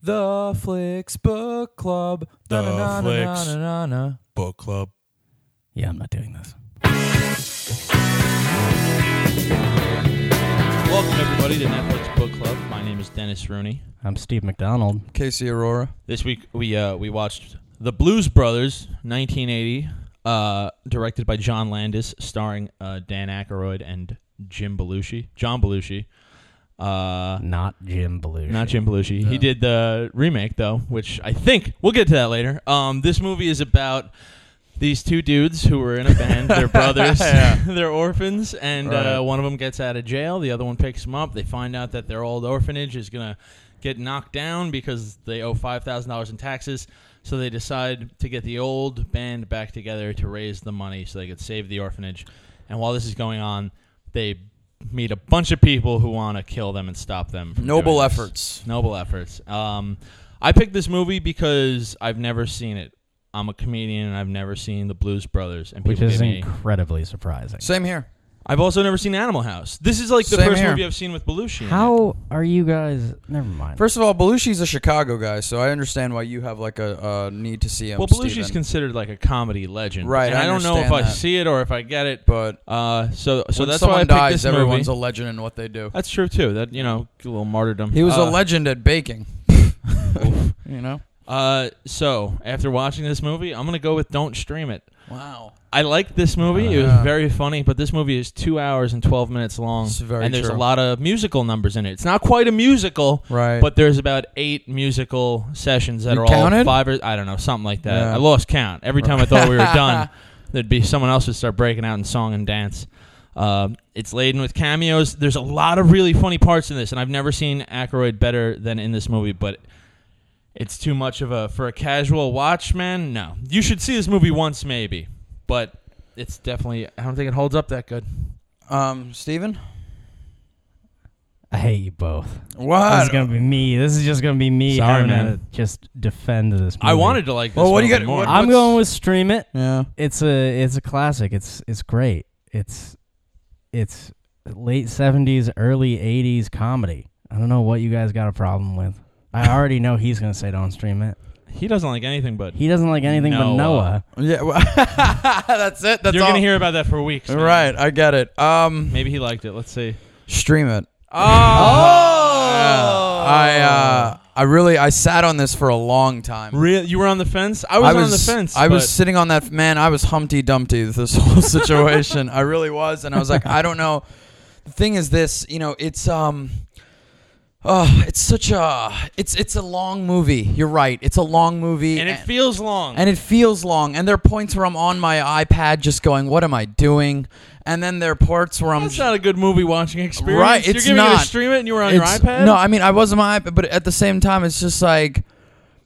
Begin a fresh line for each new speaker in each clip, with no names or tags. The Flicks Book Club.
The
Na-na-na-na-na-na-na.
Flicks. Book club.
Yeah, I'm not doing this.
Welcome, everybody, to Netflix Book Club. My name is Dennis Rooney.
I'm Steve McDonald.
Casey Aurora.
This week we uh, we watched The Blues Brothers, 1980, uh, directed by John Landis, starring uh, Dan Aykroyd and Jim Belushi. John Belushi. Uh,
Not Jim Belushi.
Not Jim Belushi. He did the remake though, which I think we'll get to that later. Um, this movie is about these two dudes who were in a band. They're brothers. they're orphans, and
Right.
uh, one of them gets out of jail. The other one picks them up. They find out that their old orphanage is gonna get knocked down because they owe five thousand dollars in taxes. So they decide to get the old band back together to raise the money so they could save the orphanage. And while this is going on, they meet a bunch of people who want to kill them and stop them. from
Noble
doing this.
efforts.
Noble efforts. Um, I picked this movie because I've never seen it. I'm a comedian and I've never seen The Blues Brothers. And
Which
people
is
give me-
incredibly surprising.
Same here.
I've also never seen Animal House. This is like the
Same
first
here.
movie I've seen with Belushi. in it.
How are you guys? Never mind.
First of all, Belushi's a Chicago guy, so I understand why you have like a, a need to see him.
Well, Belushi's
Steven.
considered like a comedy legend,
Right,
And
I
I, don't know if
understand
I
that.
see it or if I get it.
but
Uh, so so
when
that's why
someone
I picked
dies,
this
everyone's
movie.
a legend in what they do.
that's true too. That you know, a little martyrdom.
He was
Uh,
a legend at baking. you know.
Uh, so after watching this movie, I'm gonna go with don't stream it.
Wow.
I liked this movie. it was
Uh.
very funny, but this movie is two hours and twelve minutes long,
It's very
and there's
true.
a lot of musical numbers in it. It's not quite a musical,
Right.
but there's about eight musical sessions that
You
are all
counted?
five or I don't know something like that.
Yeah.
I lost count every time I thought we were done. There'd be someone else would start breaking out in song and dance. Um it's laden with cameos. There's a lot of really funny parts in this, and I've never seen Aykroyd better than in this movie. But it's too much of a for a casual watch, man. No, you should see this movie once, maybe, but it's definitely. I don't think it holds up that good.
um, Steven?
I hate you both. This
What?
is gonna be me. This is just gonna be me
Sorry,
having
man.
to just defend this. Movie.
I wanted to like. This
Well, what do you
movie
got-
More.
what-
I'm
what's-
going with stream it.
yeah.
It's a it's a classic. It's it's great. It's it's late seventies, early eighties comedy. I don't know what you guys got a problem with. I already know he's gonna say don't stream it.
he doesn't like anything, but
He doesn't like anything but
Noah.
Noah.
Yeah. Well, that's it. That's
you're
all.
gonna hear about that for weeks. man.
Right. I get it. Um,
Maybe he liked it. Let's see.
stream it.
Oh,
I uh, I really I sat on this for a long time.
Real, you were on the fence. I was, on the fence.
I was
but
sitting on that man. I was Humpty Dumpty with this whole situation. I really was, and I was like, I don't know. The thing is, this you know, it's um, oh, it's such a it's it's a long movie. You're right. It's a long movie,
and it feels long.
and it feels long. And there are points where I'm on my iPad, just going, "What am I doing?" And then there are parts where I'm
that's not a good movie watching experience.
Right,
you're
it's
giving It
not.
a stream it, and you were on your
It's-
iPad.
No, I mean I was on my iPad, but at the same time, it's just like,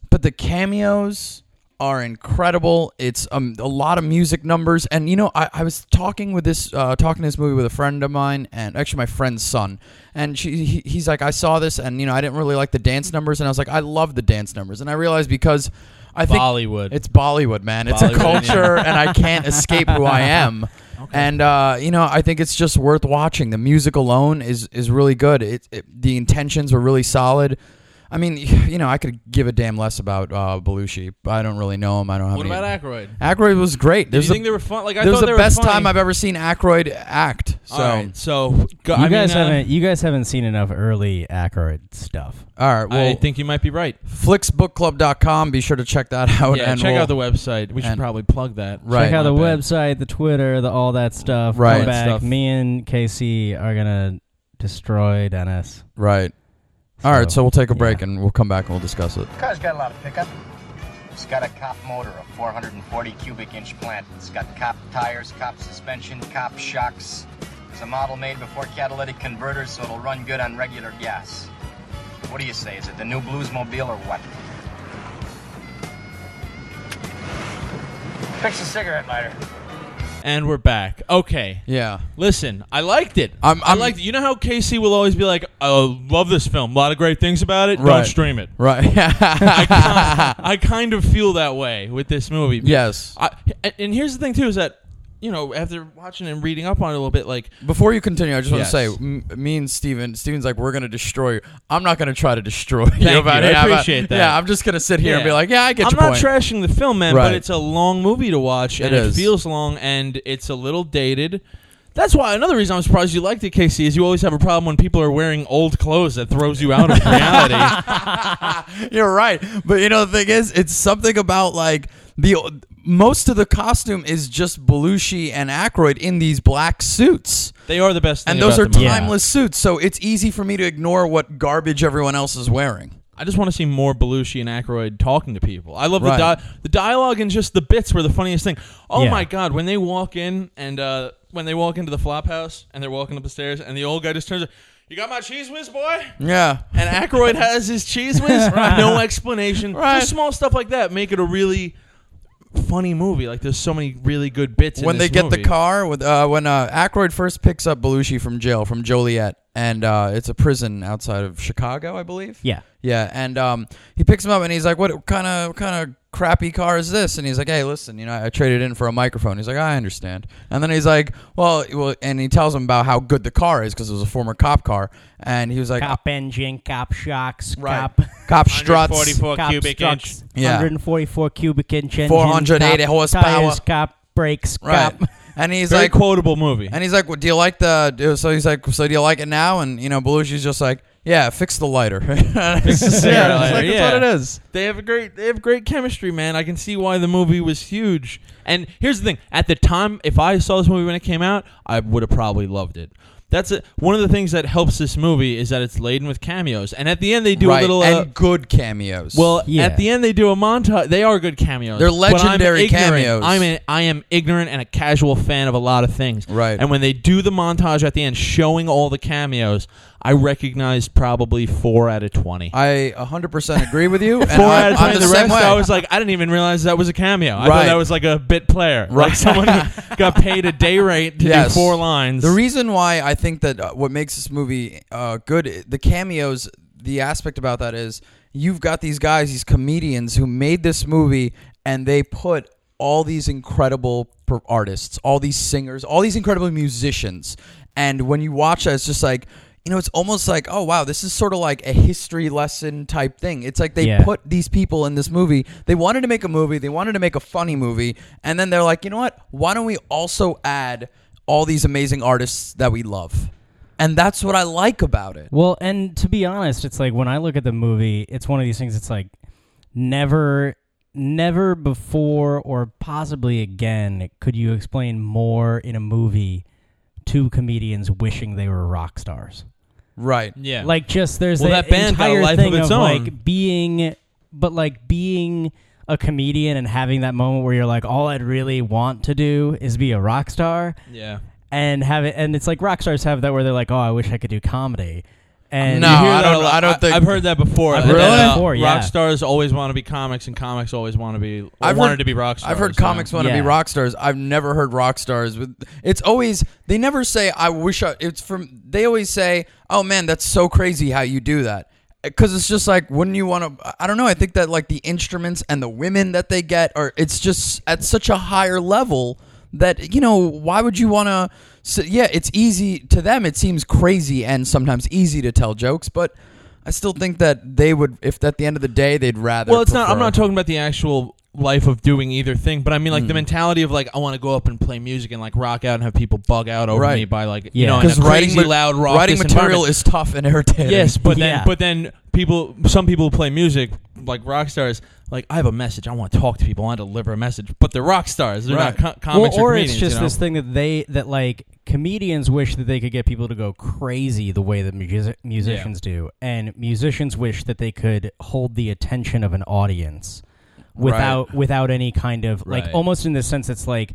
but the cameos are incredible. It's um, a lot of music numbers, and you know, I, I was talking with this uh, talking this movie with a friend of mine, and actually my friend's son, and she he, he's like, I saw this, and you know, I didn't really like the dance numbers, and I was like, I love the dance numbers, and I realized because I think
Bollywood.
it's Bollywood, man. It's
Bollywood,
a culture, and I can't escape who I am. And uh, you know, I think it's just worth watching. The music alone is is really good. It, it the intentions were really solid. I mean, you know, I could give a damn less about uh, Belushi. I don't really know him. I don't have.
what
any,
about Aykroyd?
Aykroyd was great.
Do you
Uh, There's
think
the,
they were fun? Like I
there was the
thought they were
best
funny.
time I've ever seen Aykroyd act. So
All right, so go,
You
I
guys
mean, uh,
haven't you guys haven't seen enough early Aykroyd stuff.
all right, well,
I think you might be right.
flicksbookclub.com. Be sure to check that out.
yeah,
and
check
we'll-
out the website. We should
and-
probably plug that.
right.
Check out the
my bad.
website, the Twitter, the all that stuff.
Right.
Come
All that
back.
stuff.
Me and KC are gonna destroy Dennis.
Right. All right, so we'll take a
yeah.
break and we'll come back and we'll discuss it.
Car's got a lot of pickup. It's got a cop motor, a 440 cubic inch plant. It's got cop tires, cop suspension, cop shocks. It's a model made before catalytic converters, so it'll run good on regular gas. What do you say? Is it the new Bluesmobile or what? Fix a cigarette lighter.
and we're back. Okay,
Yeah.
Listen, I liked it.
I'm-
I
I'm-
liked it. You know how Casey will always be like, I love this film. A lot of great things about it. Don't
Right.
stream it.
Right.
I, kind I kind of feel that way with this movie.
yes.
I, and here's the thing, too, is that you know, after watching and reading up on it a little bit, like
Before you continue, I just want to
Yes.
say, m- me and Steven, Steven's like, we're going to destroy you. I'm not going to try to destroy you.
Thank
about
you. I
it. How about-
appreciate that.
Yeah, I'm just going to sit here and be like, yeah, I get
I'm
your
not
point.
trashing the film, man, but
Right.
it's a long movie to watch, and
It
it,
is.
feels long, and it's a little dated. That's why another reason I'm surprised you liked it, KC, is you always have a problem when people are wearing old clothes that throws you out of reality.
You're right. But you know the thing is, it's something about like the most of the costume is just Belushi and Aykroyd in these black suits.
They are the best. Thing
And those
about
are
the movie.
Yeah.
timeless suits, so it's easy for me to ignore what garbage everyone else is wearing.
I just want to see more Belushi and Aykroyd talking to people. I love
Right.
the di- the dialogue and just the bits were the funniest thing. Oh
Yeah.
my god, when they walk in and uh, when they walk into the flop house and they're walking up the stairs and the old guy just turns, up, "You got my cheese whiz, boy."
Yeah.
And Aykroyd has his cheese whiz. No explanation.
Right.
Just small stuff like that make it a really funny movie. Like there's so many really good bits.
when
in
they
this
get
movie.
the car with uh, when uh, Aykroyd first picks up Belushi from jail from Joliet, and uh, it's a prison outside of Chicago, I believe.
Yeah.
yeah, and um, he picks him up, and he's like, "What kind of kind of crappy car is this?" And he's like, "Hey, listen, you know, I traded in for a microphone." He's like, "I understand," and then he's like, "Well, well," and he tells him about how good the car is because it was a former cop car, and he was like,
Cop engine, cop shocks,
"Right,
cop,
cop struts."
144
cop
cubic
struts,
inch.
Yeah.
144 cubic inch engine,
480
cop
horsepower.
tires, cop brakes,
Right,
cop.
and he's
Very
like,
quotable movie.
And he's like, well, "Do you like the?" So he's like, "So do you like it now?" And you know, Belushi's just like, "Yeah, fix the lighter." It's just-
the
yeah,
lighter,
it's like, that's
yeah.
what it is.
They have a great they have great chemistry, man. I can see why the movie was huge. And here's the thing, at the time if I saw this movie when it came out, I would have probably loved it. That's it. one of the things that helps this movie is that it's laden with cameos. And at the end they do
right,
a little uh,
and good cameos.
well,
Yeah.
at the end they do a montage. They are good cameos.
They're
but I'm
legendary
ignorant.
cameos.
I'm a, I am ignorant and a casual fan of a lot of things.
Right.
And when they do the montage at the end showing all the cameos, I recognized probably 4 out of 20.
I 100% agree with you. and
Four
I,
out of
I'm
20
the
the,
same
rest,
way.
I was like, I didn't even realize that was a cameo.
Right.
I thought that was like a bit player. Right. Like someone who got paid a day rate to
Yes.
do four lines.
The reason why I think that uh, what makes this movie uh, good, i- the cameos, the aspect about that is you've got these guys, these comedians who made this movie, and they put all these incredible per- artists, all these singers, all these incredible musicians. And when you watch that, it's just like, you know, it's almost like, oh, wow, this is sort of like a history lesson type thing. It's like they
Yeah.
put these people in this movie. They wanted to make a movie, they wanted to make a funny movie, and then they're like, you know what? Why don't we also add all these amazing artists that we love? And that's what I like about it.
Well, and to be honest, it's like when I look at the movie, it's one of these things. It's like never, never before, or possibly again, could you explain more in a movie to comedians wishing they were rock stars?
Right.
yeah.
Like just there's
Well,
that,
that band got a
entire
life of
thing
its
of
own.
like being, but like being a comedian and having that moment where you're like, all I'd really want to do is be a rock star
yeah.
and have it. And it's like rock stars have that where they're like, oh, I wish I could do comedy. And
No,
You hear
I
that a
don't-
lot.
I don't think-
I've heard that before.
I've
that,
heard that
uh,
before, yeah.
Rock stars always want to be comics, and comics always want to be.
I've
wanted
heard-
to be rock stars.
I've heard
you know?
comics want to
Yeah.
be rock stars. I've never heard rock stars with. It's always they never say I wish I. It's from they always say, "Oh man, that's so crazy how you do that." Because it's just like, wouldn't you want to? I don't know. I think that like the instruments and the women that they get are. It's just at such a higher level that you know why would you want to? So, yeah, it's easy to them. It seems crazy and sometimes easy to tell jokes, but. I still think that they would, if at the end of the day, they'd rather.
Well, it's not. I'm
prefer-
not talking about the actual life of doing either thing, but I mean like
Hmm.
the mentality of like I want to go up and play music and like rock out and have people bug out over
Right.
me by like you
Yeah.
know in a
because
crazy
writing ma-
loud rock
writing material is tough and irritating.
Yes, but then
Yeah.
but then people some people who play music like rock stars like I have a message I want to talk to people I want to deliver a message but they're rock stars they're
Right.
not co- comics
well, or
comedians
it's just
you know?
this thing that they that like comedians wish that they could get people to go crazy the way that music, musicians do, and musicians wish that they could hold the attention of an audience without without any kind of
Right.
like almost in the sense it's like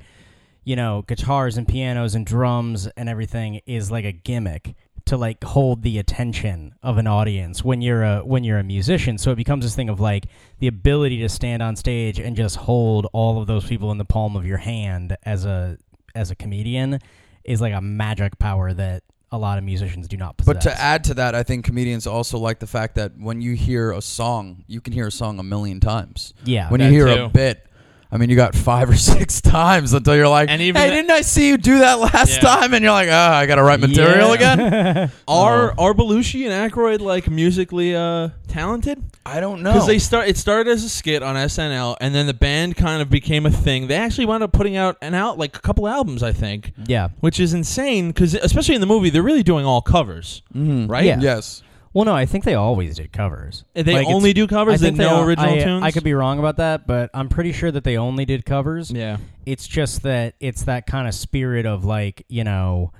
you know guitars and pianos and drums and everything is like a gimmick to like hold the attention of an audience when you're a when you're a musician so it becomes this thing of like the ability to stand on stage and just hold all of those people in the palm of your hand as a as a comedian is like a magic power that a lot of musicians do not possess
But to add to that, I think comedians also like the fact that when you hear a song, you can hear a song a million times.
yeah
when
that
you hear a
too.
bit, I mean, you got five or six times until you're like,
And even
"Hey,
the-
didn't I see you do that last
Yeah.
time?" And you're like, "Oh, I got to write material again."
Are
Oh.
are Belushi and Aykroyd like musically uh, talented?
I don't know.
Because they start it started as a skit on SNL, and then the band kind of became a thing. They actually wound up putting out an out like a couple albums, I think.
Yeah.
Which is insane because, especially in the movie, they're really doing all covers,
Mm-hmm.
right?
Yeah.
yes.
Well, no, I think they always did covers.
And they
it's-
only do covers?
I
They
think
no
al-
original
I-
tunes?
I could be wrong about that, but I'm pretty sure that they only did covers.
Yeah.
It's just that it's that kind of spirit of like, you know,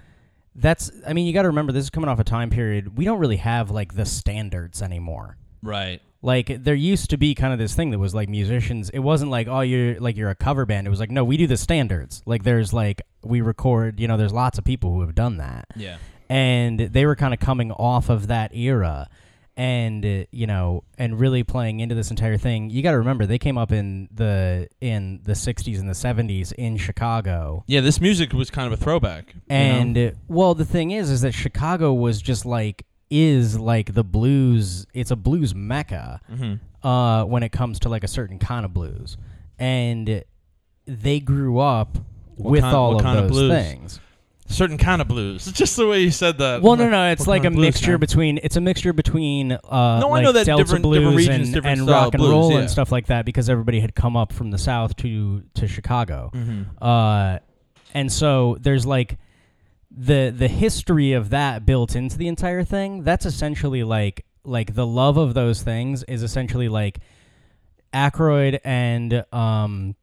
that's I mean, you got to remember this is coming off a time period we don't really have like the standards anymore.
Right.
Like there used to be kind of this thing that was like musicians. It wasn't like oh you're like you're a cover band. It was like no, we do the standards. Like there's like we record. You know, there's lots of people who have done that.
Yeah.
and they were kind of coming off of that era and uh, you know and really playing into this entire thing you got to remember they came up in the in the 60s and the 70s in chicago
Yeah, this music was kind of a throwback. you know?
and uh, well the thing is is that chicago was just like is like the blues it's a blues mecca
Mm-hmm.
uh, when it comes to like a certain kind of blues and they grew up with
kind-
all
what
of
kind of
those
blues?
things
certain kind of blues. It's just the way you said that.
Well,
I'm
no, no, it's
Uh, what
like
kind
a
of blues,
mixture
man?
between it's a mixture between uh,
No, I
like
know that
Delta
different-
blues
different regions,
and,
different
and
style
rock and
blues,
roll
yeah.
and stuff like that because everybody had come up from the south to to Chicago,
Mm-hmm.
uh, and so there's like the the history of that built into the entire thing. That's essentially like like the love of those things is essentially like Aykroyd and um,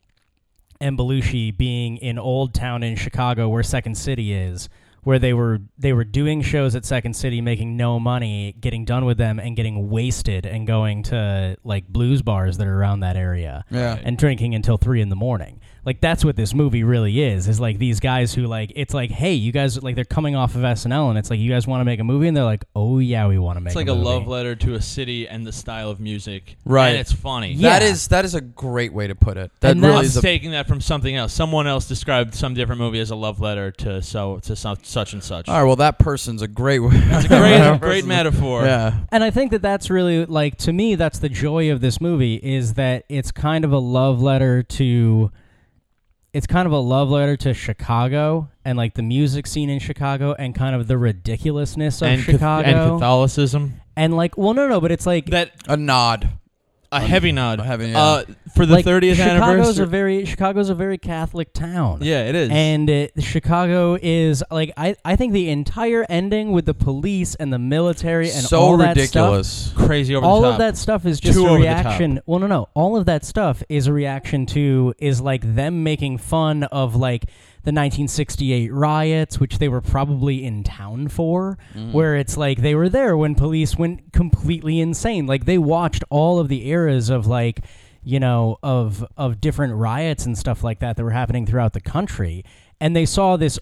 and Belushi being in Old Town in Chicago, where Second City is, where they were they were doing shows at Second City, making no money, getting done with them, and getting wasted, and going to like blues bars that are around that area,
Yeah.
and drinking until three in the morning. Like that's what this movie really is. Is like these guys who like it's like, hey, you guys like they're coming off of SNL, and it's like you guys want to make a movie, and they're like, oh yeah, we want to make.
It's like a
a, movie.
love letter to a city and the style of music.
Right.
And it's funny.
Yeah.
That is that is a great way to put it. That
And
really
that's
is
Us
a,
taking that from something else. Someone else described some different movie as a love letter to so to so, such and such.
all right. Well, that person's a great. That's
It's a great, great metaphor.
Yeah.
and I think that that's really like to me that's the joy of this movie is that it's kind of a love letter to it's kind of a love letter to Chicago and like the music scene in Chicago and kind of the ridiculousness of
And, cath-
Chicago
and Catholicism.
And, like well no no but it's like
That
A nod.
a heavy nod.
a heavy,
uh, for the
like,
30th
Chicago's
anniversary.
a very Chicago's a very Catholic town
yeah, it is.
and uh, Chicago is like I, I think the entire ending with the police and the military and
so
all that stuff
ridiculous.
crazy over
all
the top.
of that stuff is just
Too
a
over the top.
reaction. Well, no, no. All of that stuff is a reaction to is like them making fun of like the 1968 riots, which they were probably in town for.
Mm-hmm.
Where it's like they were there when police went completely insane. Like they watched all of the eras of like you know of of different riots and stuff like that that were happening throughout the country, and they saw this.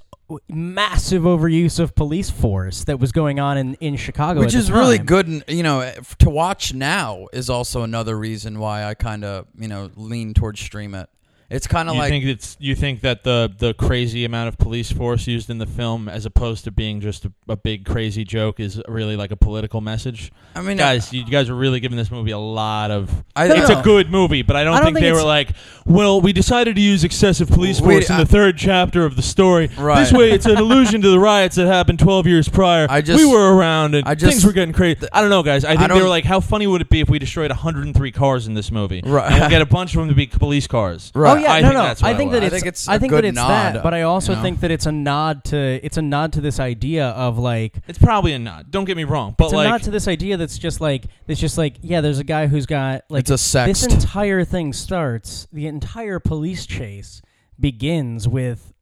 Massive overuse of police force that was going on in, in Chicago,
which
at the
is really
time.
good and you know eh, f- to watch now is also another reason why i kind of you know lean towards stream it it's kind of
you
like
think it's you think that the the crazy amount of police force used in the film, as opposed to being just a, a big crazy joke, is really like a political message.
I mean, uh,
guys, you guys are really giving this movie a lot of.
I-
it's
No.
a good movie, but I don't,
I don't
think,
think
they were
it's-
like, well, we decided to use excessive police
We-
force in
I-
the third chapter of the story.
Right.
This way, it's an allusion to the riots that happened 12 years prior.
I just-
we were around and
I just-
things were getting crazy. I don't know, guys. I think they
don't-
were like, how funny would it be if we destroyed 103 cars in this movie?
Right.
And we'll get a bunch of them to be police cars.
Right.
Oh yeah,
I
no,
think
no.
that's what
I
it
think
was.
that
I
it's. I
think
think,
it's a good
that it's
nod,
that, but I also
you know?
think that it's a nod to it's a nod to this idea of like
It's probably a nod. Don't get me wrong, but
it's a
like
nod to this idea that's just like it's just like yeah, there's a guy who's got like
It's a sext.
This entire thing starts. The entire police chase begins with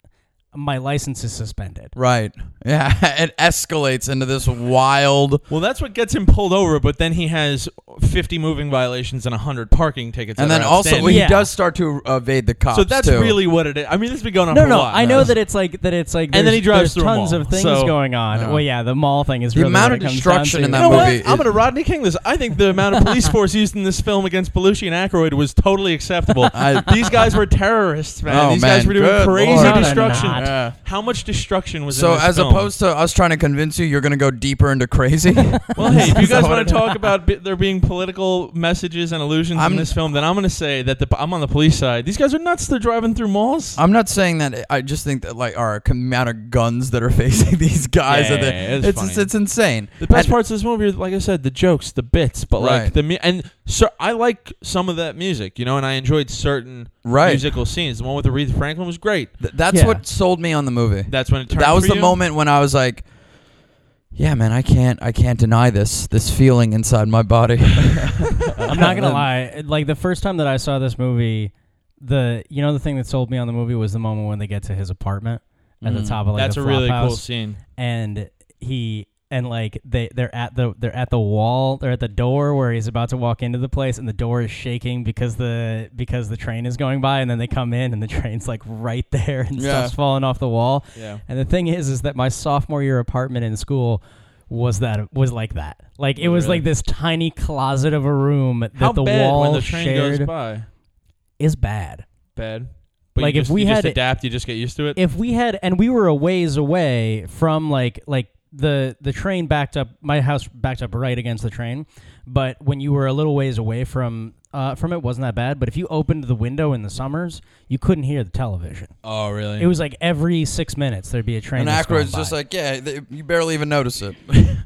my license is suspended.
right yeah it escalates into this wild
Well, that's what gets him pulled over, but then he has 50 moving violations and 100 parking tickets.
and
that
then
are
also well,
outstanding.
he
Yeah.
does start to evade the cops
So that's
too.
really what it is. I mean, this has been going on
No,
for a
no,
while.
I know
now.
that it's like that. It's like
And then
there's-
he drives
there's
through a
tons
mall,
of things
so-
going on.
Yeah.
Well, yeah, the mall thing is
The
really
amount
what
of
it comes
destruction
down
in
to.
that
You know what?
movie
I'm
is-
going to Rodney King this. I think the amount of police force used in this film against Belushi and Aykroyd was totally acceptable.
I-
These guys were terrorists, man.
Oh,
These guys
man,
were doing
good
crazy
lord.
Not a
destruction.
nod.
much?
Yeah.
How much destruction was?
So
in this
as
film?
opposed to us trying to convince you, you're going to go deeper into crazy.
Well, hey, if you
Is that
guys
what
want
it
to talk about bi- there being political messages and allusions
I'm-
in this film, then I'm going to say that the, I'm on the police side. These guys are nuts. They're driving through malls.
I'm not saying that. eh, I just think that like our amount of guns that are facing these guys,
Yeah,
are the-
yeah, yeah, it's
it's,
funny.
it's insane.
the best
And-
parts of this movie, are, like I said, the jokes, the bits, but
Right.
like the mu- and so I like some of that music, you know, and I enjoyed certain
Right.
musical scenes. The one with Aretha Franklin was great.
th- that's
Yeah.
what sold me on the movie.
That's when it turned.
that was
for
the
you.
moment when I was like, "Yeah, man, I can't, I can't deny this, this feeling inside my body."
I'm not gonna lie. Like the first time that I saw this movie, the you know the thing that sold me on the movie was the moment when they get to his apartment at the
Mm,
top of like
Mm-hmm. That's
the
a really
flophouse,
cool scene.
and he and like they they're at the they're at the wall they're at the door where he's about to walk into the place and the door is shaking because the because the train is going by and then they come in and the train's like right there and
Yeah.
stuff's falling off the wall
Yeah.
and the thing is, is that my sophomore year apartment in school was that was like that. Like it was
Really?
like this tiny closet of a room that
How
the
bad
wall
when the train
shared
goes by?
is bad.
Bad. But
Like,
you
if
just,
we
you
had-
just adapt, you just get used to it.
If we had and we were a ways away from like like the the train backed up my house backed up right against the train, but when you were a little ways away from uh, from it wasn't that bad. But if you opened the window in the summers, you couldn't hear the television.
oh, really?
It was like every six minutes there'd be a train.
and
that's
Aykroyd's
going
just
by.
like, "Yeah, th- you barely even notice it."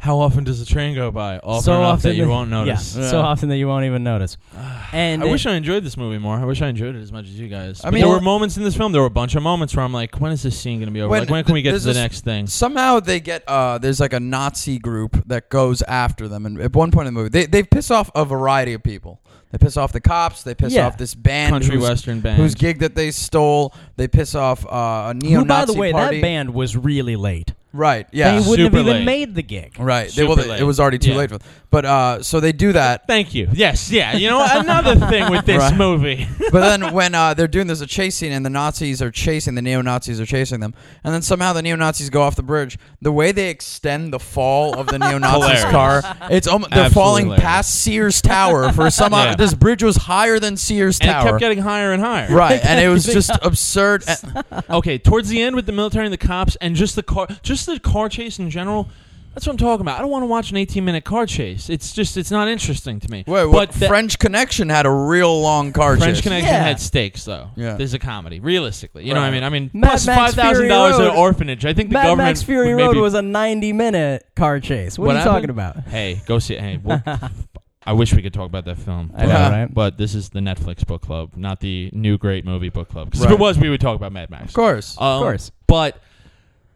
How often does the train go by? Often
so
enough
often
that you won't
yeah,
notice.
So often that you won't even notice. And
I
it-
wish I enjoyed this movie more. I wish I enjoyed it as much as you guys.
I
I mean,
mean-
there were moments in this film. There were a bunch of moments where I'm like, when is this scene going to be over?
When-
like, when can we get to
there's
the
this-
next thing?
Somehow they get uh, there's like a Nazi group that goes after them, and at one point in the movie, they they piss off a variety of people. They piss off the cops. They piss
Yeah.
off this band,
Country
whose,
western band.
whose gig that they stole. They piss off uh, a neo-Nazi
who, by the way,
party.
that band was really late.
right? Yeah,
They wouldn't
Ah, Super
have even
late.
made the gig.
right. They, well,
Super
they-
late.
it was already too
Yeah.
late for them. But uh, so they do that,
Thank you. Yes. Yeah. You know, another thing with this
Right.
movie.
but then when uh, they're doing there's a chase scene and the Nazis are chasing the neo Nazis are chasing them, and then somehow the neo Nazis go off the bridge. The way they extend the fall of the neo Nazis
Hilarious.
car, it's almost they're
Absolutely
falling
hilarious.
past Sears Tower for some.
Yeah.
This bridge was higher than Sears
and it
Tower.
kept getting higher and higher.
Right, and it was just absurd. And-
Okay. Towards the end, with the military and the cops, and just the car, just the car chase in general. That's what I'm talking about. I don't want to watch an 18 minute car chase. It's just, it's not interesting to me.
Wait,
but
what?
the-
French Connection had a real long car
French
chase.
Connection
Yeah.
had stakes, though.
Yeah.
This is a comedy, realistically. You know
Right.
what I mean? I mean,
Mad
plus
Max
five thousand dollars
Fury
at
Road.
an orphanage. I think the
Mad
government
Max Fury
would
Road
maybe-
was a 90 minute car chase. What,
What
are you talking
happened?
about?
Hey, go see. Hey, we'll, I wish we could talk about that film.
I know,
Yeah.
right?
But this is the Netflix book club, not the new great movie book club. 'Cause
Right.
if it was, we would talk about Mad Max.
Of course.
Um,
Of course.
But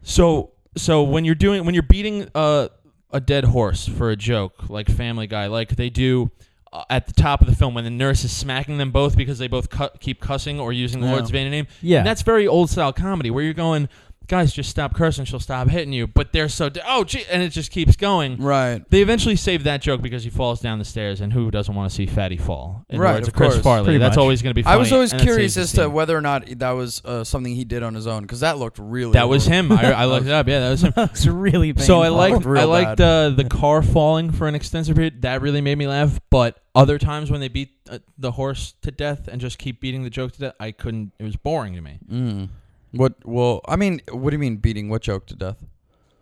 so so when you're doing when you're beating uh, a dead horse for a joke, like Family Guy, like they do. Uh, at the top of the film, when the nurse is smacking them both because they both cu- keep cussing or using the
Yeah.
Lord's vain name,
Yeah.
and that's very old style comedy where you're going, guys, just stop cursing, she'll stop hitting you. But they're so de- oh, gee, and it just keeps going.
right.
They eventually save that joke because he falls down the stairs, and who doesn't want to see Fatty fall? In the
Right,
words
of
of Chris
course.
Farley.
Pretty
That's
much.
always going to be. Funny,
I was always
and that
curious as
saves the
to
scene.
whether or not that was uh, something he did on his own because that looked really.
that was him. I, I looked it up. Yeah, that was him.
It's really painful.
So I liked
Real
I liked uh, the car falling for an extensive period. That really made me laugh. But other times when they beat uh, the horse to death and just keep beating the joke to death, I couldn't. It was boring to me.
Mm. What? Well, I mean, what do you mean beating what joke to death?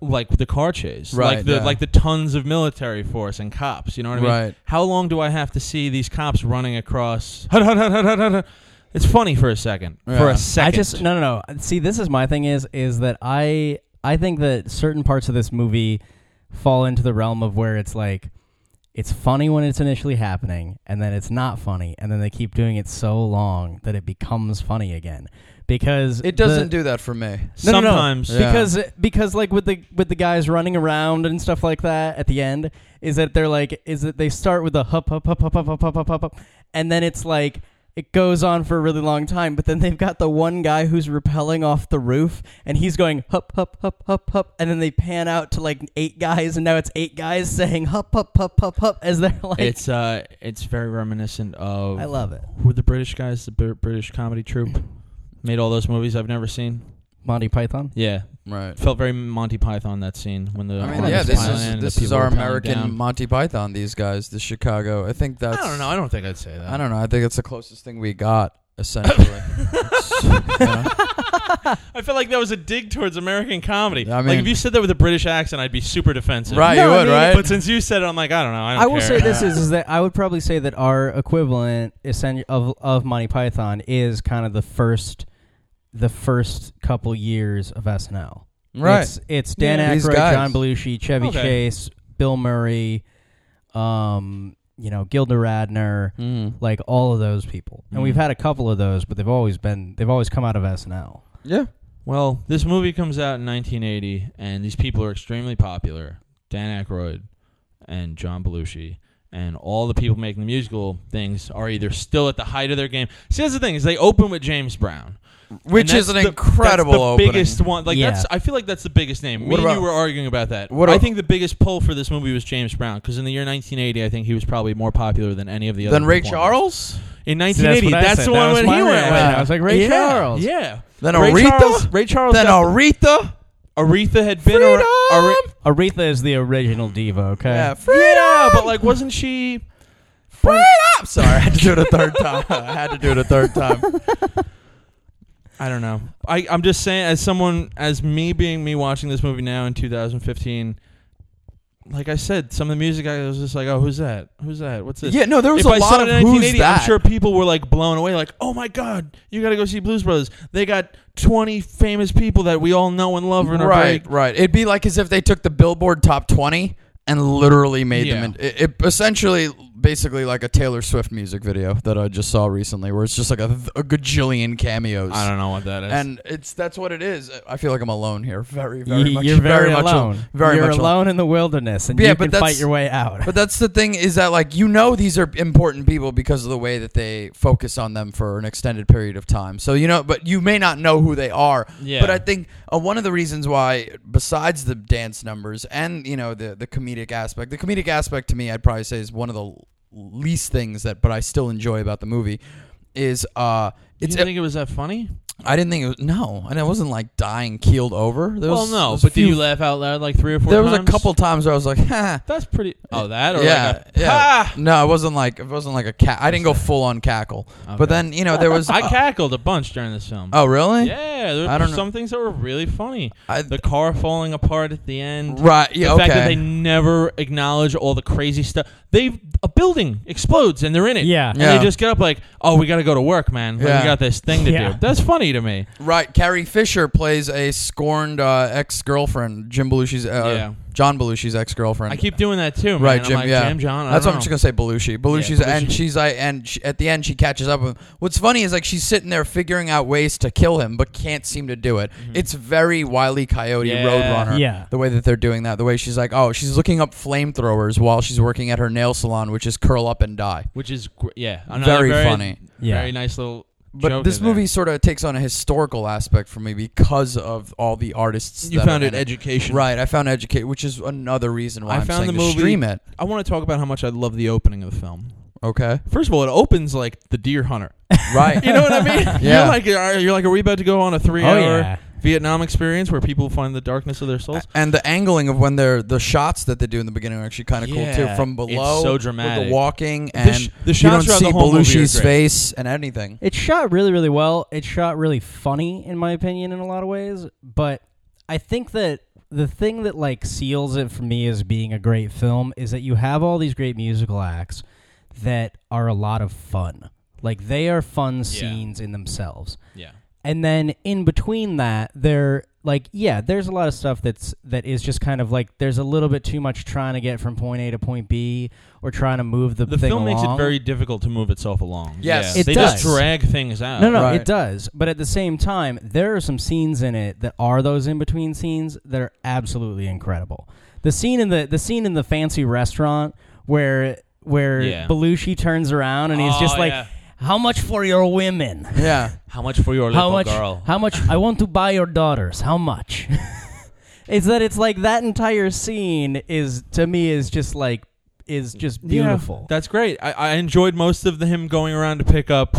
Like the car chase,
Right,
Like the
yeah.
like the tons of military force and cops. You know what I mean?
Right.
How long do I have to see these cops running across? "Hut, hut, hut, hut, hut, hut, hut." It's funny for a second. For
Yeah. I
a second.
I just no no no. See, this is my thing is is that I I think that certain parts of this movie fall into the realm of where it's like it's funny when it's initially happening and then it's not funny and then they keep doing it so long that it becomes funny again because
It doesn't do that for me.
No, no, no.
Sometimes.
Yeah.
because because like with the with the guys running around and stuff like that at the end is that they're like is that they start with the hup hup hup hup hup hup hup hup hup, hup and then it's like it goes on for a really long time but then they've got the one guy who's rappelling off the roof and he's going hup hup hup hup hup and then they pan out to like eight guys and now it's eight guys saying hup hup hup hup hup as they're like
It's uh, it's very reminiscent of.
I love it
Who are the British guys? The Br- British comedy troupe made all those movies I've never seen.
Monty Python
Yeah,
Right.
felt very Monty Python that scene when the.
I
Oh,
mean, yeah,
it's
this
fine.
is
and the
this is
people
our
were pounding
American
down.
Monty Python. These guys, the Chicago. I think that's.
I don't know. I don't think I'd say that.
I don't know. I think it's the closest thing we got. essentially. Yeah.
I felt like that was a dig towards American comedy.
Yeah, I
like
mean-
if you said that with a British accent, I'd be super defensive.
Right,
No,
you
I
would,
mean,
right?
But since you said it, I'm like, I don't know. I, don't
I will
care.
say this is, is that I would probably say that our equivalent essen- of of Monty Python is kind of the first the first couple years of SNL.
right.
It's, it's Dan
Yeah. These
Aykroyd,
guys.
John Belushi, Chevy
Okay.
Chase, Bill Murray, um, you know, Gilda Radner,
Mm.
like all of those people. And we've had a couple of those, but they've always been they've always come out of SNL.
Yeah.
Well, this movie comes out in 1980, and these people are extremely popular. Dan Aykroyd and John Belushi and all the people making the musical things are either still at the height of their game. See, that's the thing is they open with James Brown,
Which
And
is an
that's the-
incredible
that's the
opening.
biggest one. Like
Yeah.
that's I feel like that's the biggest name. Me
What
and you
about-
were arguing about that.
what
I
about-
think the biggest pull for this movie was James Brown because in the year 1980, I think he was probably more popular than any of the other.
Then Ray
performers.
Charles?
in
See, that's
1980.
what I
that's
said.
the
That
one
was
when
my
he went.
rant.
I was like, Ray
yeah,
Charles.
Yeah.
Then
Ray
Aretha?
Charles, Ray Charles.
Then
got the-
Aretha?
Aretha had been ar- Are-
Aretha is the original diva, okay?
Yeah, freedom!
yeah, but like, wasn't she?
freedom! Sorry, I had to do it a third time. I had to do it a third time.
I don't know. I I'm just saying, as someone, as me being me watching this movie now in 2015. Like I said, some of the music I was just like, "Oh, who's that? Who's that? What's this?"
Yeah, no, there was
if
a
I
lot
saw
of
it in
who's
1980,
that.
I'm sure people were like blown away, like, "Oh my god, you got to go see Blues Brothers! They got 20 famous people that we all know and love and are very
right, right. It'd be like as if they took the Billboard Top 20 and literally made
Yeah.
them. In, it, it essentially, basically, like a Taylor Swift music video that I just saw recently, where it's just like a, th- a gajillion cameos.
I don't know what that is.
And it's that's what it is. I feel like I'm alone here. Very, very
Y-
much.
You're very,
much al-
alone.
very
You're
much alone.
alone in the wilderness, and
Yeah,
you
but
can fight
that's-
your way out.
But that's the thing is that like you know these are important people because of the way that they focus on them for an extended period of time. So you know, but you may not know who they are.
Yeah.
But I think uh, one of the reasons why, besides the dance numbers and you know the the comedic aspect, the comedic aspect to me, I'd probably say is one of the l- least things that, but I still enjoy about the movie, is uh,
Did
it's
you think it was that funny?
I didn't think it was no, and I wasn't like dying keeled over. There
well,
was, there
no,
was a
but
few-
did you laugh out loud like three or four?
There was a
times?
couple times where I was like, ha.
That's pretty. Oh, that or
yeah,
like a,
yeah.
Ah!
No, it wasn't like it wasn't like a cat. I didn't go full on cackle,
Okay.
but then you know there was.
I cackled a bunch during this film.
uh, oh really?
yeah, there
I
were
don't know.
some things that were really funny.
I-
the car falling apart at the end.
Right.
The
Yeah.
fact that
okay.
they never acknowledge all the crazy stuff. They a building explodes and they're in it.
Yeah.
And
Yeah.
they just get up like, "Oh, we got to go to work, man. Like,
Yeah.
We got this thing to
Yeah.
do." That's funny to me.
right. Carrie Fisher plays a scorned uh, ex girlfriend, Jim Belushi's, uh,
Yeah.
John Belushi's ex girlfriend.
I keep doing that too, man.
Right,
I'm
Jim.
like,
yeah,
Jim John. I
That's
don't
what I'm just
know.
gonna say. Belushi, Belushi's,
Belushi.
and she's I, and she, at the end she catches up with. Him. What's funny is like she's sitting there figuring out ways to kill him, but can't seem to do it. It's very wily Coyote
Mm-hmm. Yeah.
Roadrunner.
Yeah.
the way that they're doing that, the way she's like, oh, she's looking up flamethrowers while she's working at her nail salon, which is curl up and die.
Which is gr- yeah, another
Very
very,
funny.
Yeah.
Very nice little.
But
joke
this
in there.
movie sort of takes on a historical aspect for me because of all the artists.
you
that
found
are
it
in
educational.
Right, I found educate, which is another reason why
I
am
found
saying
the
to
movie-
stream it.
I want to talk about how much I love the opening of the film.
Okay,
First of all, it opens like the Deer Hunter.
right.
You know what I mean?
Yeah.
You're like, are, you're like, are we about to go on a three-hour
yeah.
Vietnam experience where people find the darkness of their souls?
And the angling of when they're the shots that they do in the beginning are actually kind of cool too,
Yeah,
from
it's
below,
so
with
dramatic.
the walking,
The
and
sh- the
you don't
shots throughout
see
the whole movie are
Belushi's
great.
face and anything.
It's shot really, really well. It's shot really funny, in my opinion, in a lot of ways. But I think that the thing that like seals it for me as being a great film is that you have all these great musical acts that are a lot of fun. Like they are fun scenes in themselves.
Yeah.
and then in between that there like yeah there's a lot of stuff that's that is just kind of like there's a little bit too much trying to get from point a to point b or trying to move the,
The
thing
film makes it
along.
very difficult to move itself along.
Yes.
It
they
does.
just drag things out.
no no
Right.
it does but at the same time there are some scenes in it that are those in between scenes that are absolutely incredible the scene in the the scene in the fancy restaurant where where
Yeah.
belushi turns around and he's
Oh,
just like
yeah.
how much for your women
Yeah,
How much for your
how
little
much
girl?
how much i want to buy your daughters how much it's that it's like that entire scene is to me is just like is just
Yeah,
beautiful
that's great. I, I enjoyed most of the him going around to pick up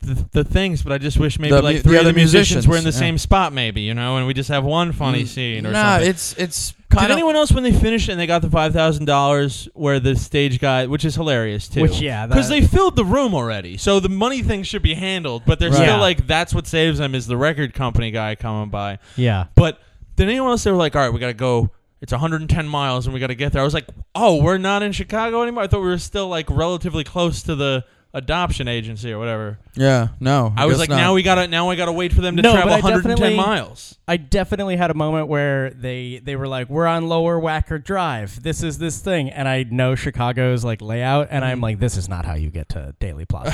the, the things, but I just wish maybe
The mu-
like
the
three of
other
the musicians, were in the
musicians, yeah. Mm.
same spot, maybe you know, and we just have one funny scene or
Nah,
something.
it's it's kind
Did
of
anyone else when they finished and they got the five thousand dollars, where the stage guy, which is hilarious too,
Which, yeah,
because
that-
they filled the room already, so the money thing should be handled, but they're
Right.
still
Yeah.
like, that's what saves them is the record company guy coming by.
Yeah.
But did anyone else? They were like, all right, we got to go. It's 110 miles and we got to get there. I was like, oh, we're not in Chicago anymore. I thought we were still like relatively close to the adoption agency or whatever.
yeah. No,
I, was like, now we gotta now I gotta wait for them to
No,
travel
but I
110
definitely-
miles.
I definitely had a moment where they they were like, "We're on Lower Wacker Drive. This is this thing," and I know Chicago's like layout, and I'm like, "This is not how you get to Daily Plaza."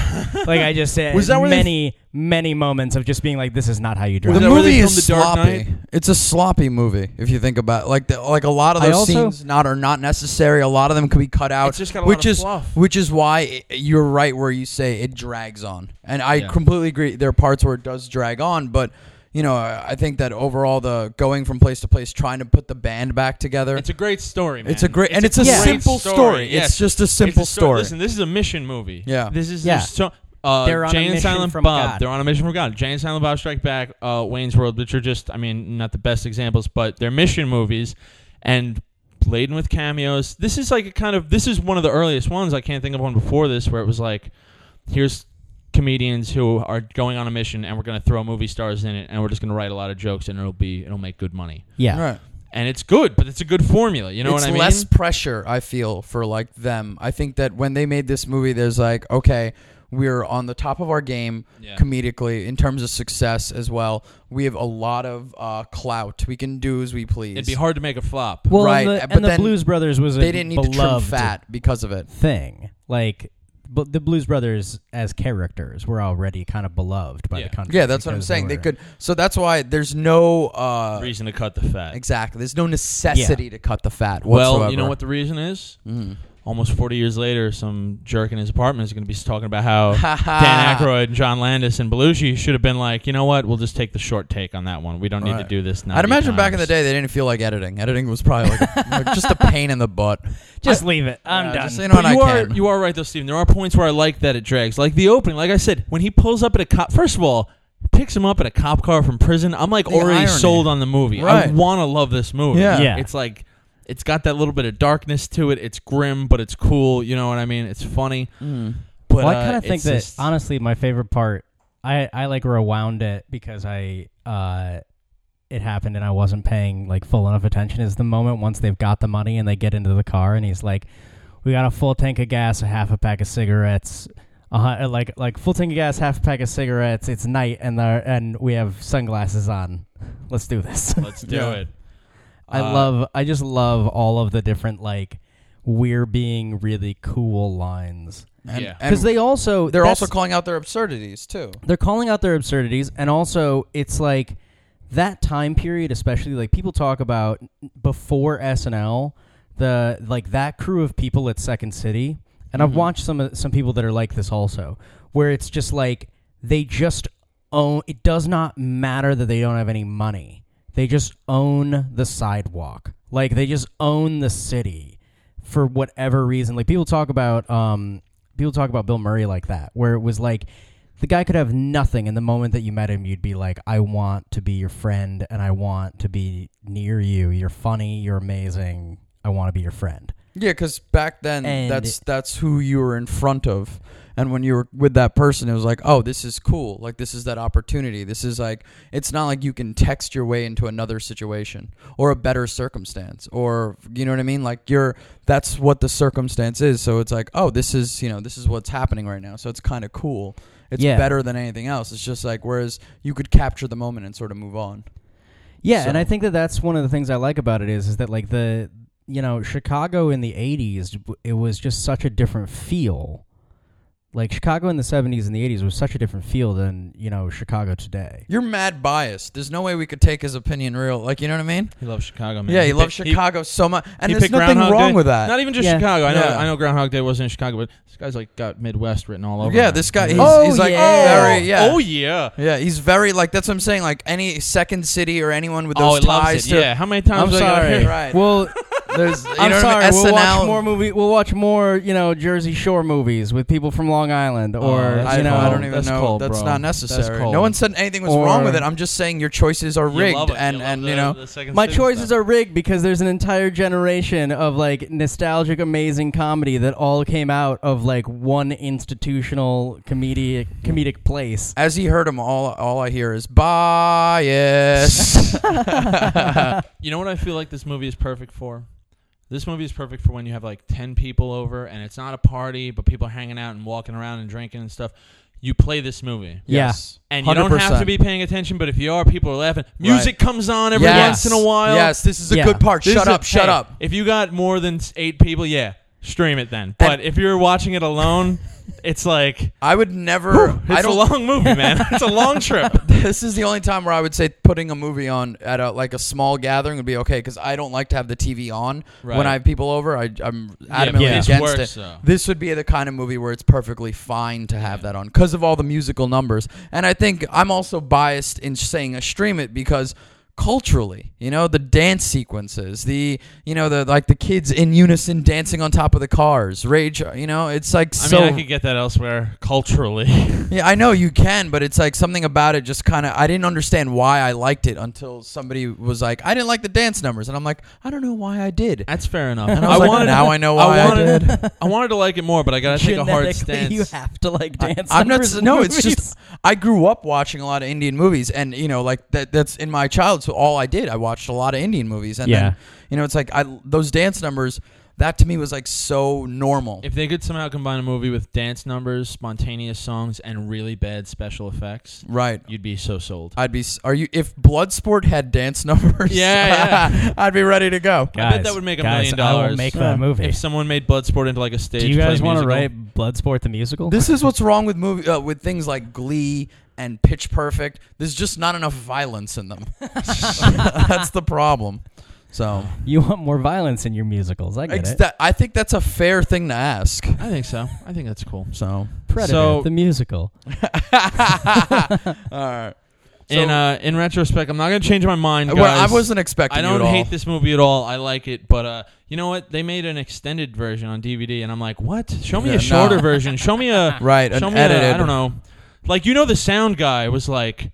like I just said,
Was that where they-
many many moments of just being like, "This is not how you
the
drive."
that where
movie
they
is
filmed The Dark
sloppy.
Knight?
It's a sloppy movie if you think about it. like the, like a lot of
I
those
also-
scenes not are not necessary. A lot of them could be cut out,
It's just got a lot
which
of
is
fluff.
which is why i you're right where you say it drags on. And I
Yeah.
completely agree. There are parts where it does drag on, but you know I I think that overall the going from place to place, trying to put the band back together,
It's a great story, man.
It's a great- and it's a
great
simple story. It's just a simple story.
Listen, this is a mission movie.
Yeah.
this is
Yeah.
there's So, uh,
They're on a
Jay and
mission
Silent
from
Bob.
God.
They're on a mission from God. Jay and Silent Bob Strike Back, uh, Wayne's World, which are just, I mean, not the best examples, but they're mission movies, and laden with cameos. This is like a kind of this is one of the earliest ones. I can't think of one before this where it was like, here's comedians who are going on a mission, and we're gonna throw movie stars in it, and we're just gonna write a lot of jokes, and it'll be it'll make good money
yeah,
right.
and it's good, but it's a good formula. You know
it's
what I mean?
less pressure I feel for like them. I think that when they made this movie, there's like okay, we're on the top of our game
Yeah.
comedically in terms of success as well. We have a lot of uh, clout. We can do as we please.
It'd be hard to make a flop.
Well,
Right,
and the,
uh,
and
but
the
then
Blues Brothers was a
They didn't need to trim
beloved
fat because of it.
thing. Like, but the Blues Brothers as characters were already kind of beloved by
Yeah.
the country.
Yeah, that's what I'm
because
saying. They
were-
could. So that's why there's no uh,
reason to cut the fat.
exactly. There's no necessity to cut the fat
Well,
whatsoever. Mm.
you know what the reason is? Almost 40 years later, some jerk in his apartment is going to be talking about how Dan Aykroyd and John Landis and Belushi should have been like, you know what? We'll just take the short take on that one. We don't need to
Right.
do this now.
I'd imagine back in the day they didn't feel like editing. Editing was probably like, like just a pain in the butt.
just leave it. I'm
Yeah,
done.
just, you know what,
you
I
are
can.
you are right though, Steven. There are points where I like that it drags. Like the opening, like I said, when he pulls up at a cop. First of all, picks him up at a cop car from prison. I'm like
The
already
irony.
sold on the movie. I
Right.
want to love this movie.
Yeah.
Yeah.
it's like it's got that little bit of darkness to it. It's grim, but it's cool. You know what I mean? It's funny. But
Hmm.
Well, I
uh,
kind of think
it's
that
just-
honestly, my favorite part, I I like rewound it because I uh, it happened and I wasn't paying like full enough attention. Is the moment once they've got the money and they get into the car and he's like, "We got a full tank of gas, a half a pack of cigarettes." Uh, like like full tank of gas, half a pack of cigarettes. It's night, and the and we have sunglasses on. Let's do this.
let's do
Yeah.
it.
I
Uh,
love. I just love all of the different like we're being really cool lines
And,
Yeah.
because
and
they also
they're
that's-
also calling out their absurdities too.
they're calling out their absurdities and also it's like that time period especially like people talk about before SNL the like that crew of people at Second City and I've watched some of- some people that are like this also where it's just like they just own it does not matter that they don't have any money they just own the sidewalk like they just own the city for whatever reason. Like people talk about um people talk about Bill Murray like that, where it was like the guy could have nothing and the moment that you met him you'd be like, I want to be your friend and I want to be near you. You're funny, you're amazing, I want to be your friend.
Yeah, because back then
And-
that's that's who you were in front of, and when you were with that person, it was like, oh, this is cool. Like this is that opportunity. This is like it's not like you can text your way into another situation or a better circumstance, or you know what I mean. Like you're that's what the circumstance is. So it's like, oh, this is you know this is what's happening right now. So it's kind of cool. It's
Yeah.
better than anything else. It's just like whereas you could capture the moment and sort of move on.
Yeah, and
So-
I think that that's one of the things I like about it is is that like the you know Chicago in the '80s, it was just such a different feel. Like Chicago in the '70s and the '80s was such a different feel than you know Chicago today.
You're mad biased. There's no way we could take his opinion real. Like you know what I mean?
He loves Chicago, man.
Yeah, he loves
picked-
Chicago so much, and
he
there's
picked
nothing
Groundhog
wrong
Day.
with that.
Not even just
Yeah.
Chicago. I know.
Yeah.
I know Groundhog Day wasn't in Chicago, but this guy's like got Midwest written all over.
yeah,
him.
this guy, he's,
Oh,
he's like
yeah.
very, yeah,
Oh yeah.
yeah, he's very like that's what I'm saying. Like any second city or anyone with
Oh,
those
it loves
ties
it.
to
yeah. How many times?
I'm
do I gotta
sorry.
hear it?
Right.
Well,
There's, you
I'm
know what
sorry.
I mean?
We'll
SNL.
watch more movie. We'll watch more, you know, Jersey Shore movies with people from Long Island, or
that's
you know,
Oh, I
cold.
don't even
That's
know.
cold,
that's
bro.
not
That's
necessary.
cold.
no one said anything was wrong
Or-
with it. I'm just saying your choices are rigged, and and you know,
My choices are rigged because there's an entire generation of like nostalgic, amazing comedy that all came out of like one institutional comedic comedic place.
as he heard him, all all I hear is bias.
You know what I feel like this movie is perfect for? This movie is perfect for when you have like 10 people over and it's not a party, but people are hanging out and walking around and drinking and stuff. You play this movie.
yes,
And you don't have to
100%.
be paying attention, but if you are, people are laughing. Music comes on every
Yes.
once in a while.
Yes, this is a
Yeah.
good part.
This
shut
is a-
up, shut
hey,
up.
If you got more than s- eight people, yeah, stream it then. But if you're watching it alone, it's like
I would never. I
it's a
don't.
long movie, man. it's a long trip.
this is the only time where I would say putting a movie on at a like a small gathering would be okay because I don't like to have the TV on
Right.
when I have people over. I, I'm adamantly
but this
against
works,
it.
though.
This would be the kind of movie where it's perfectly fine to have that on because of all the musical numbers. And I think I'm also biased in saying I stream it because culturally, you know, the dance sequences, the you know the like the kids in unison dancing on top of the cars, rage. You know, it's like
I
so.
mean, I could get that elsewhere culturally.
Yeah, I know you can, but it's like something about it just kind of. I didn't understand why I liked it until somebody was like, "I didn't like the dance numbers," and I'm like, "I don't know why I did."
That's fair enough.
And I was like, now I know why I
wanted, I wanted to like it more, but I got to take a hard
Genetically,
stance.
You have to like dance.
I'm not.
numbers in
No, it's
movies.
just I grew up watching a lot of Indian movies, and you know, like that. That's in my childhood. So all I did, I watched a lot of Indian movies, and
Yeah.
then you know, it's like I those dance numbers. That to me was like so normal.
if they could somehow combine a movie with dance numbers, spontaneous songs, and really bad special effects,
right.
you'd be so sold.
I'd be. s- Are you? If Bloodsport had dance numbers,
Yeah,
I'd be ready to go.
I bet that would make a
guys,
million
I will
dollars.
make that movie.
If someone made Bloodsport into like a stage,
Do you guys
want to
write Bloodsport the musical?
This is what's wrong with movie uh, with things like Glee and Pitch Perfect. There's just not enough violence in them. that's the problem. So
you want more violence in your musicals? I get
ex-
it.
that- I think that's a fair thing to ask.
I think so. I think that's cool.
So
Predator
so-
the musical.
all right.
in uh, in retrospect, I'm not gonna change my mind, guys.
Well, I wasn't expecting.
I
you at
don't
all.
hate this movie at all. I like it, but uh, you know what? They made an extended version on DVD, and I'm like, what? Show me
Yeah,
a shorter
no.
version. Show me a
Right,
Show
an
me A, I
edited.
don't know. Like you know, the sound guy was like,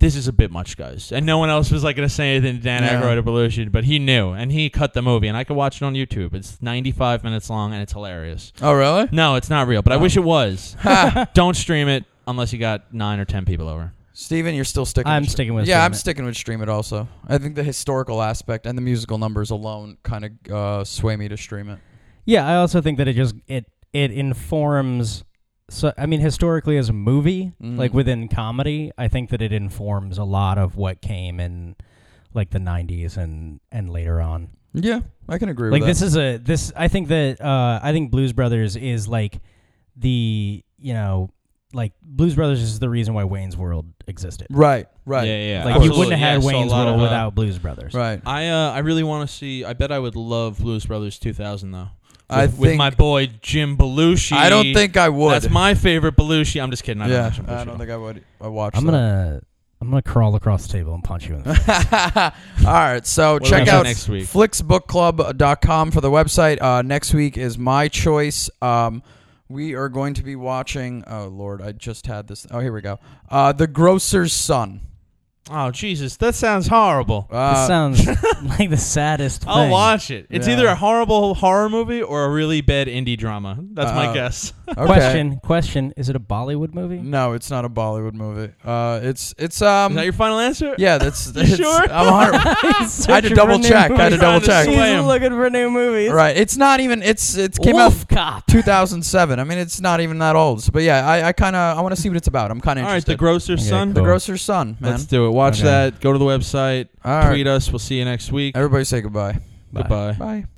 "This is a bit much, guys," and no one else was like going to say anything to Dan
Yeah.
Aykroyd or Belushi, but he knew, and he cut the movie, and I could watch it on YouTube. It's 95 minutes long, and it's hilarious.
Oh really?
No, it's not real, but I wish it was. don't stream it unless you got nine or ten people over.
Steven, you're still sticking.
I'm
with
sticking with
Yeah, I'm
Stream It.
sticking with stream it also. I think the historical aspect and the musical numbers alone kind of uh, sway me to stream it.
Yeah, I also think that it just it it informs. So I mean, historically, as a movie,
Mhm.
Mm-hmm.
like within comedy, I think that it informs a lot of what came in like the '90s and and later on.
Yeah, I can agree
Like
with
this is a this I think that uh, I think Blues Brothers is like the you know like Blues Brothers is the reason why Wayne's World existed.
that. Right, right, Oh,
Yeah, yeah.
Like
yeah.
you
Absolutely.
wouldn't have had
Yeah, so a
Wayne's
lot
World
of, uh,
without Blues Brothers.
right.
I uh, I really want to see. I bet I would love Blues Brothers 2000 though. With,
I
with
think-
my boy Jim Belushi.
I don't think I would.
that's my favorite Belushi. I'm just kidding. I don't
yeah,
watch Belushi.
I don't think I would. I watched.
I'm
that.
gonna I'm gonna crawl across the table and punch you in the face.
All right, so
What
check
about
out
next week?
flicksbookclub.com for the website. Uh, next week is my choice. Um, we are going to be watching. Oh Lord, I just had this. Oh, here we go. Uh, the Grocer's Son.
Oh Jesus, that sounds horrible.
Uh,
this sounds like the saddest.
I'll
thing.
watch it. It's
Yeah.
either a horrible horror movie or a really bad indie drama. That's my
Uh,
guess.
okay.
Question, question. Is it a Bollywood movie?
No, it's not a Bollywood movie. Uh, it's it's um.
Is that your final answer?
yeah, that's.
You
it's-
sure?
I'm a hundred-
I
Mm. had to double check. I had to double check.
Swim.
He's looking for new movies.
right. It's not even. It's it came out
Wolf Cop.
2007. I mean, it's not even that old. So, but yeah, I, I kind of I want to see what it's about. I'm kind
All
of
right,
interested.
The Grocer's
Okay,
Son.
cool.
the grocer's son, man.
Let's do it. Watch
Okay.
that. Go to the website.
All right.
Tweet us. We'll see you next week.
Everybody say goodbye.
Bye.
Goodbye.
Bye.